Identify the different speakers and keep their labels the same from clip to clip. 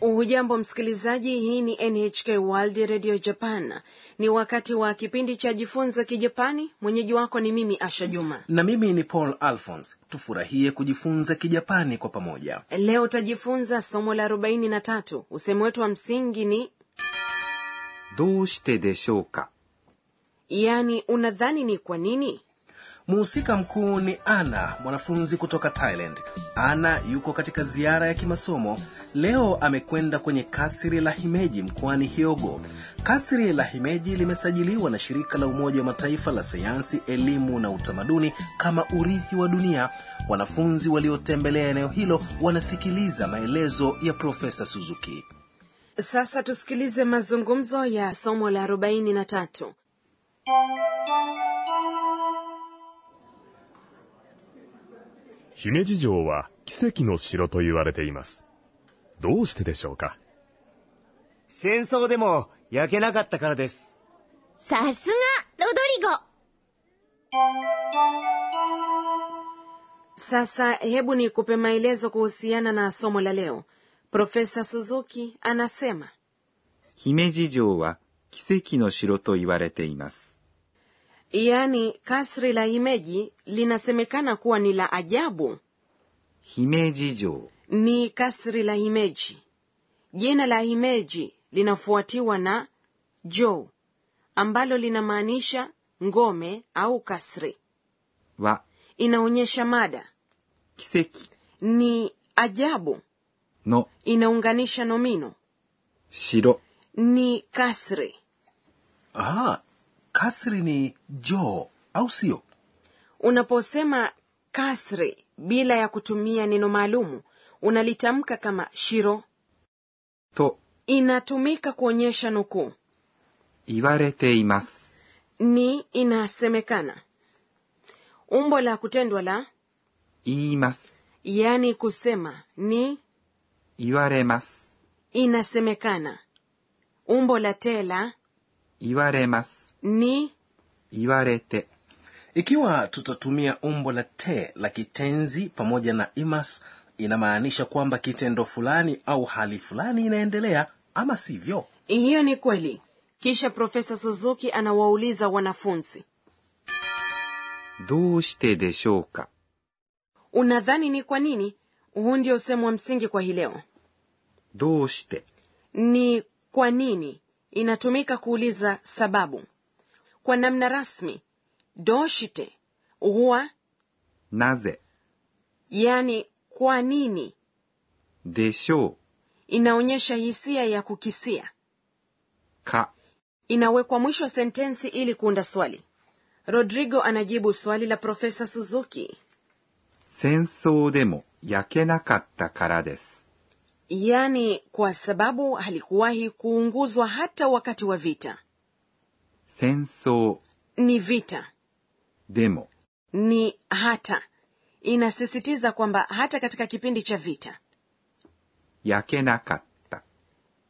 Speaker 1: hujambo msikilizaji hii ni nhk world radio japan ni wakati wa kipindi cha jifunza kijapani mwenyeji wako ni mimi asha juma
Speaker 2: na mimi ni paul alphons tufurahie kujifunza kijapani kwa pamoja
Speaker 1: leo utajifunza somo la 43 usemi wetu wa msingi ni
Speaker 3: どうしてでしょうか
Speaker 1: yaani unadhani ni kwa nini
Speaker 2: muhusika mkuu ni ana mwanafunzi kutoka thailand ana yuko katika ziara ya kimasomo leo amekwenda kwenye kasri la himeji mkoani hiogo kasri la himeji limesajiliwa na shirika la umoja wa mataifa la sayansi elimu na utamaduni kama urithi wa dunia wanafunzi waliotembelea eneo hilo wanasikiliza maelezo ya profesa suzuki
Speaker 1: sasa tusikilize mazungumzo ya somo la 43
Speaker 4: 姫路城は奇跡の城と言われています。どうしてでしょうか
Speaker 5: 戦争でも焼けなかったからです。
Speaker 6: さすが、ロドリゴ。
Speaker 1: sasa hebu nikupe maelezo kuhusiana na somo la leo profesa suzuki anasema
Speaker 3: 姫路城は奇跡の城と言われています。
Speaker 1: yaani kasri la himeji linasemekana kuwa ni la ajabu
Speaker 3: 姫路城、
Speaker 1: ni kasri la himeji jina la himeji linafuatiwa na jo ambalo linamaanisha ngome au kasri
Speaker 3: は
Speaker 1: inaonyesha mada
Speaker 3: 奇跡
Speaker 1: ni ajabu
Speaker 3: の
Speaker 1: inaunganisha nomino
Speaker 3: 城。
Speaker 1: ni kasri
Speaker 2: ah, kasri ni joo au sio
Speaker 1: unaposema kasri bila ya kutumia neno maalumu unalitamka kama shiro
Speaker 3: と
Speaker 1: inatumika kuonyesha nukuu
Speaker 3: 言われています。
Speaker 1: ni inasemekana umbo la kutendwa la
Speaker 3: 言います。
Speaker 1: yaani kusema ni
Speaker 3: 言われます。
Speaker 1: inasemekana umbo la te la
Speaker 3: 言われます。
Speaker 1: ni
Speaker 3: 言われて、
Speaker 2: ikiwa tutatumia umbo la te la kitenzi pamoja na imas inamaanisha kwamba kitendo fulani au hali fulani inaendelea ama sivyo
Speaker 1: hiyo ni kweli kisha profesa suzuki anawauliza wanafunzi
Speaker 3: どうしてでしょうか
Speaker 1: unadhani ni kwa nini huu ndio usemo wa msingi kwa hii leo
Speaker 3: どうして
Speaker 1: ni kwa nini inatumika kuuliza sababu kwa namna rasmi doshite huwa
Speaker 3: なぜ
Speaker 1: yaani kwa nini
Speaker 3: でしょ
Speaker 1: inaonyesha hisia ya kukisia
Speaker 3: うか
Speaker 1: inawekwa mwisho wa sentensi ili kuunda swali rodrigo anajibu swali la profesa suzuki
Speaker 3: 戦争でも焼けなかったからです。
Speaker 1: yaani kwa sababu halikuwahi kuunguzwa hata wakati wa vita
Speaker 3: 戦争
Speaker 1: ni vita
Speaker 3: でも
Speaker 1: ni hata inasisitiza kwamba hata katika kipindi cha vita
Speaker 3: 焼けなかった。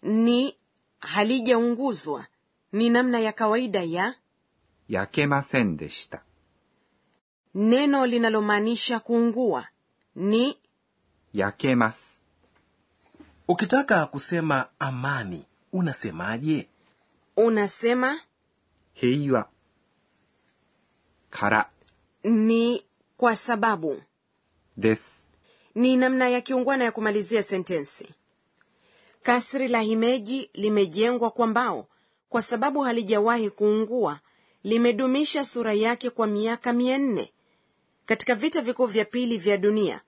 Speaker 1: ni halijaunguzwa ni namna ya kawaida ya
Speaker 3: 焼けませんでした。
Speaker 1: neno linalomaanisha kuungua ni
Speaker 3: 焼けます。
Speaker 2: ukitaka kusema amani unasemaje
Speaker 1: unasema
Speaker 3: 平和。から、
Speaker 1: ni kwa sababu
Speaker 3: です。
Speaker 1: ni namna ya kiungwana ya kumalizia sentensi kasri la himeji limejengwa kwa mbao kwa sababu halijawahi kuungua limedumisha sura yake kwa miaka mia nne katika vita vikuu vya pili vya dunia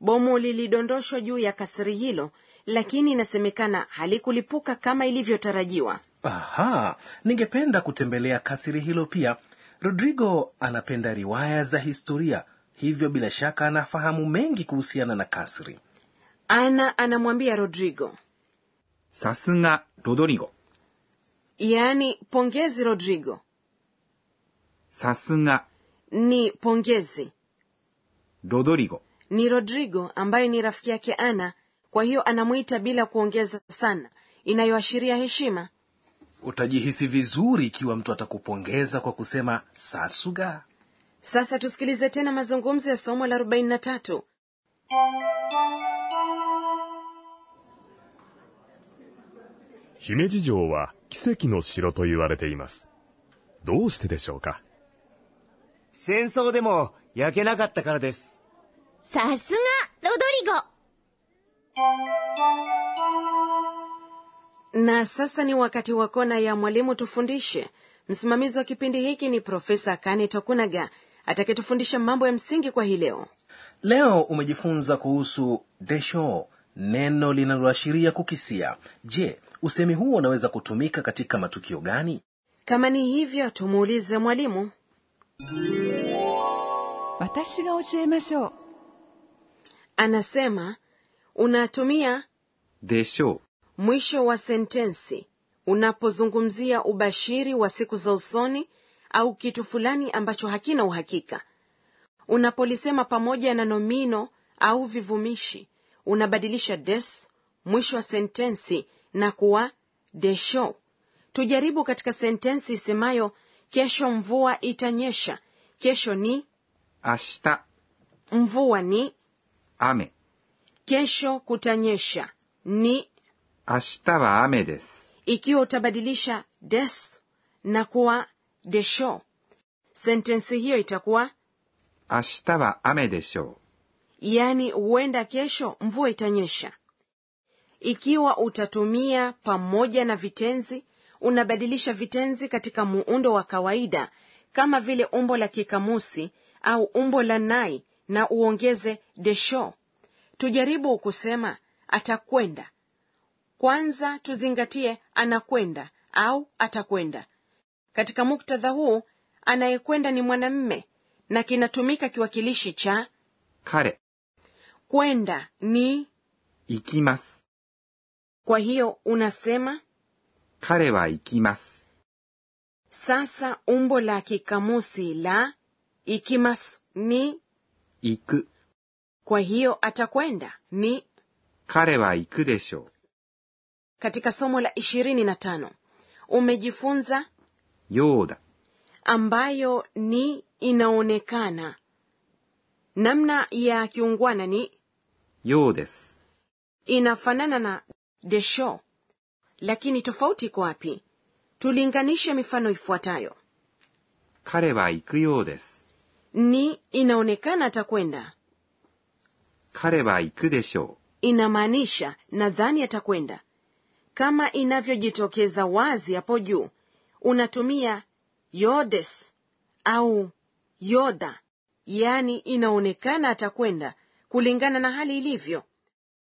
Speaker 1: bomu lilidondoshwa juu ya kasri hilo lakini inasemekana halikulipuka kama ilivyotarajiwa
Speaker 2: aha ningependa kutembelea kasiri hilo pia rodrigo anapenda riwaya za historia hivyo bila shaka anafahamu mengi kuhusiana na kasri
Speaker 1: ana anamwambia rodrigo
Speaker 3: さすが、ロドリゴ。
Speaker 1: yaani pongezi rodrigo
Speaker 3: さすが、
Speaker 1: ni pongezi
Speaker 3: ロドリゴ。
Speaker 1: ni rodrigo ambaye ni rafiki yake ana kwa hiyo anamwita bila kuongeza sana inayoashiria heshima
Speaker 2: utajihisi vizuri ikiwa mtu atakupongeza kwa kusema sasuga
Speaker 1: sasa tusikilize tena mazungumzo ya somo la 43
Speaker 4: 姫路城は奇跡の城と言われています。どうしてでしょうか
Speaker 5: 戦争でも焼けなかったからです。
Speaker 6: さすが、ロドリゴ
Speaker 1: na sasa ni wakati wa kona ya mwalimu tufundishe msimamizi wa kipindi hiki ni profesa kane tokunaga atakayetufundisha mambo ya msingi kwa hii leo
Speaker 2: leo umejifunza kuhusu desho neno linaloashiria kukisia je usemi huo unaweza kutumika katika matukio gani
Speaker 1: kama ni hivyo tumuulize mwalimu
Speaker 7: 私が教えましょう
Speaker 1: anasema unatumia
Speaker 3: でしょ
Speaker 1: mwisho wa sentensi unapozungumzia ubashiri wa siku za usoni au kitu fulani ambacho hakina uhakika unapolisema pamoja na nomino au vivumishi unabadilisha des mwisho wa sentensi na kuwa desho tujaribu katika sentensi isemayo kesho mvua itanyesha kesho ni
Speaker 3: う。明日、
Speaker 1: mvua ni
Speaker 3: 雨。
Speaker 1: kesho kutanyesha ni
Speaker 3: 明日は雨です。
Speaker 1: ikiwa utabadilisha des na kuwa desho sentensi hiyo itakuwa
Speaker 3: 明日は雨でしょ
Speaker 1: yaani huenda kesho mvua itanyesha ikiwa utatumia pamoja na vitenzi unabadilisha vitenzi katika muundo wa kawaida kama vile umbo la kikamusi au umbo la nai na uongeze desho tujaribu kusema atakwenda kwanza tuzingatie anakwenda au atakwenda katika muktadha huu anayekwenda ni mwanamme na kinatumika kiwakilishi cha
Speaker 3: う。彼、
Speaker 1: kwenda ni
Speaker 3: 行きます。
Speaker 1: kwa hiyo unasema
Speaker 3: 彼は行きます。
Speaker 1: sasa umbo la kikamusi la ikimasu ni
Speaker 3: 行く。
Speaker 1: kwa hiyo atakwenda ni
Speaker 3: 彼は行くでしょう。
Speaker 1: katika somo la ishirini na tano umejifunza
Speaker 3: ようだ。
Speaker 1: ambayo ni inaonekana namna ya kiungwana ni
Speaker 3: ようです。
Speaker 1: inafanana na desho lakini tofauti iko wapi tulinganishe mifano ifuatayo
Speaker 3: 彼は行くようです。
Speaker 1: ni inaonekana atakwenda
Speaker 3: 彼は行くでしょ
Speaker 1: inamaanisha nadhani atakwenda kama inavyojitokeza wazi hapo juu unatumia yodes au yoda yaani inaonekana atakwenda kulingana na hali ilivyo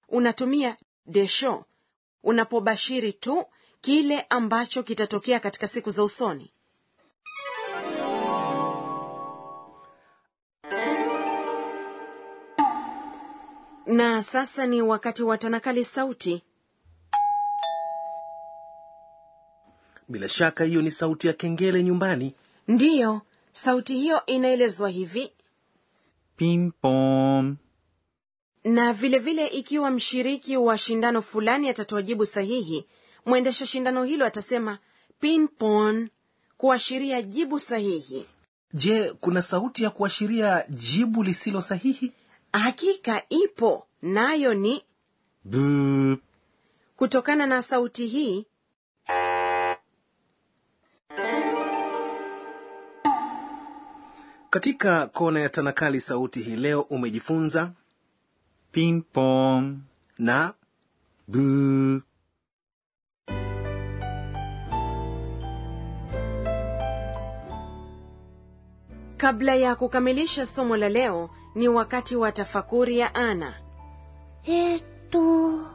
Speaker 1: unatumia desho unapobashiri tu kile ambacho kitatokea katika siku za usoni na sasa ni wakati wa tanakali sauti
Speaker 2: bila shaka hiyo ni sauti ya kengele nyumbani
Speaker 1: ndiyo sauti hiyo inaelezwa hivi
Speaker 3: う。ピンポーン。
Speaker 1: na vile vile ikiwa mshiriki wa shindano fulani atatoa jibu sahihi mwendesha shindano hilo atasema pinpon kuashiria jibu sahihi
Speaker 2: je kuna sauti ya kuashiria jibu lisilo sahihi
Speaker 1: hakika ipo nayo ni
Speaker 3: ブー。
Speaker 1: kutokana na sauti hii
Speaker 2: katika kona ya tanakali sauti hii leo umejifunza
Speaker 3: ピンポーン。
Speaker 2: na
Speaker 3: ブー。
Speaker 1: kabla ya kukamilisha somo la leo ni wakati wa tafakuri ya ana
Speaker 6: えーっと、今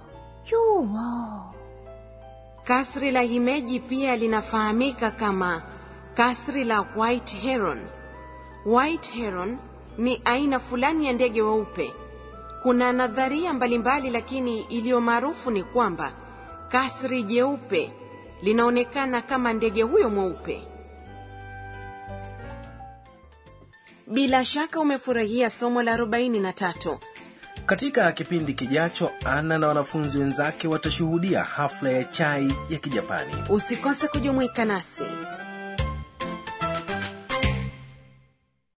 Speaker 6: 日は、
Speaker 1: kasri la himeji pia linafahamika kama kasri la white heron white heron ni aina fulani ya ndege weupe kuna nadharia mbalimbali lakini iliyo maarufu ni kwamba kasri jeupe linaonekana kama ndege huyo mweupe bila shaka umefurahia somo la 43
Speaker 2: katika kipindi kijacho ana na wanafunzi wenzake watashuhudia hafla ya chai ya kijapani
Speaker 1: usikose kujumuika nasi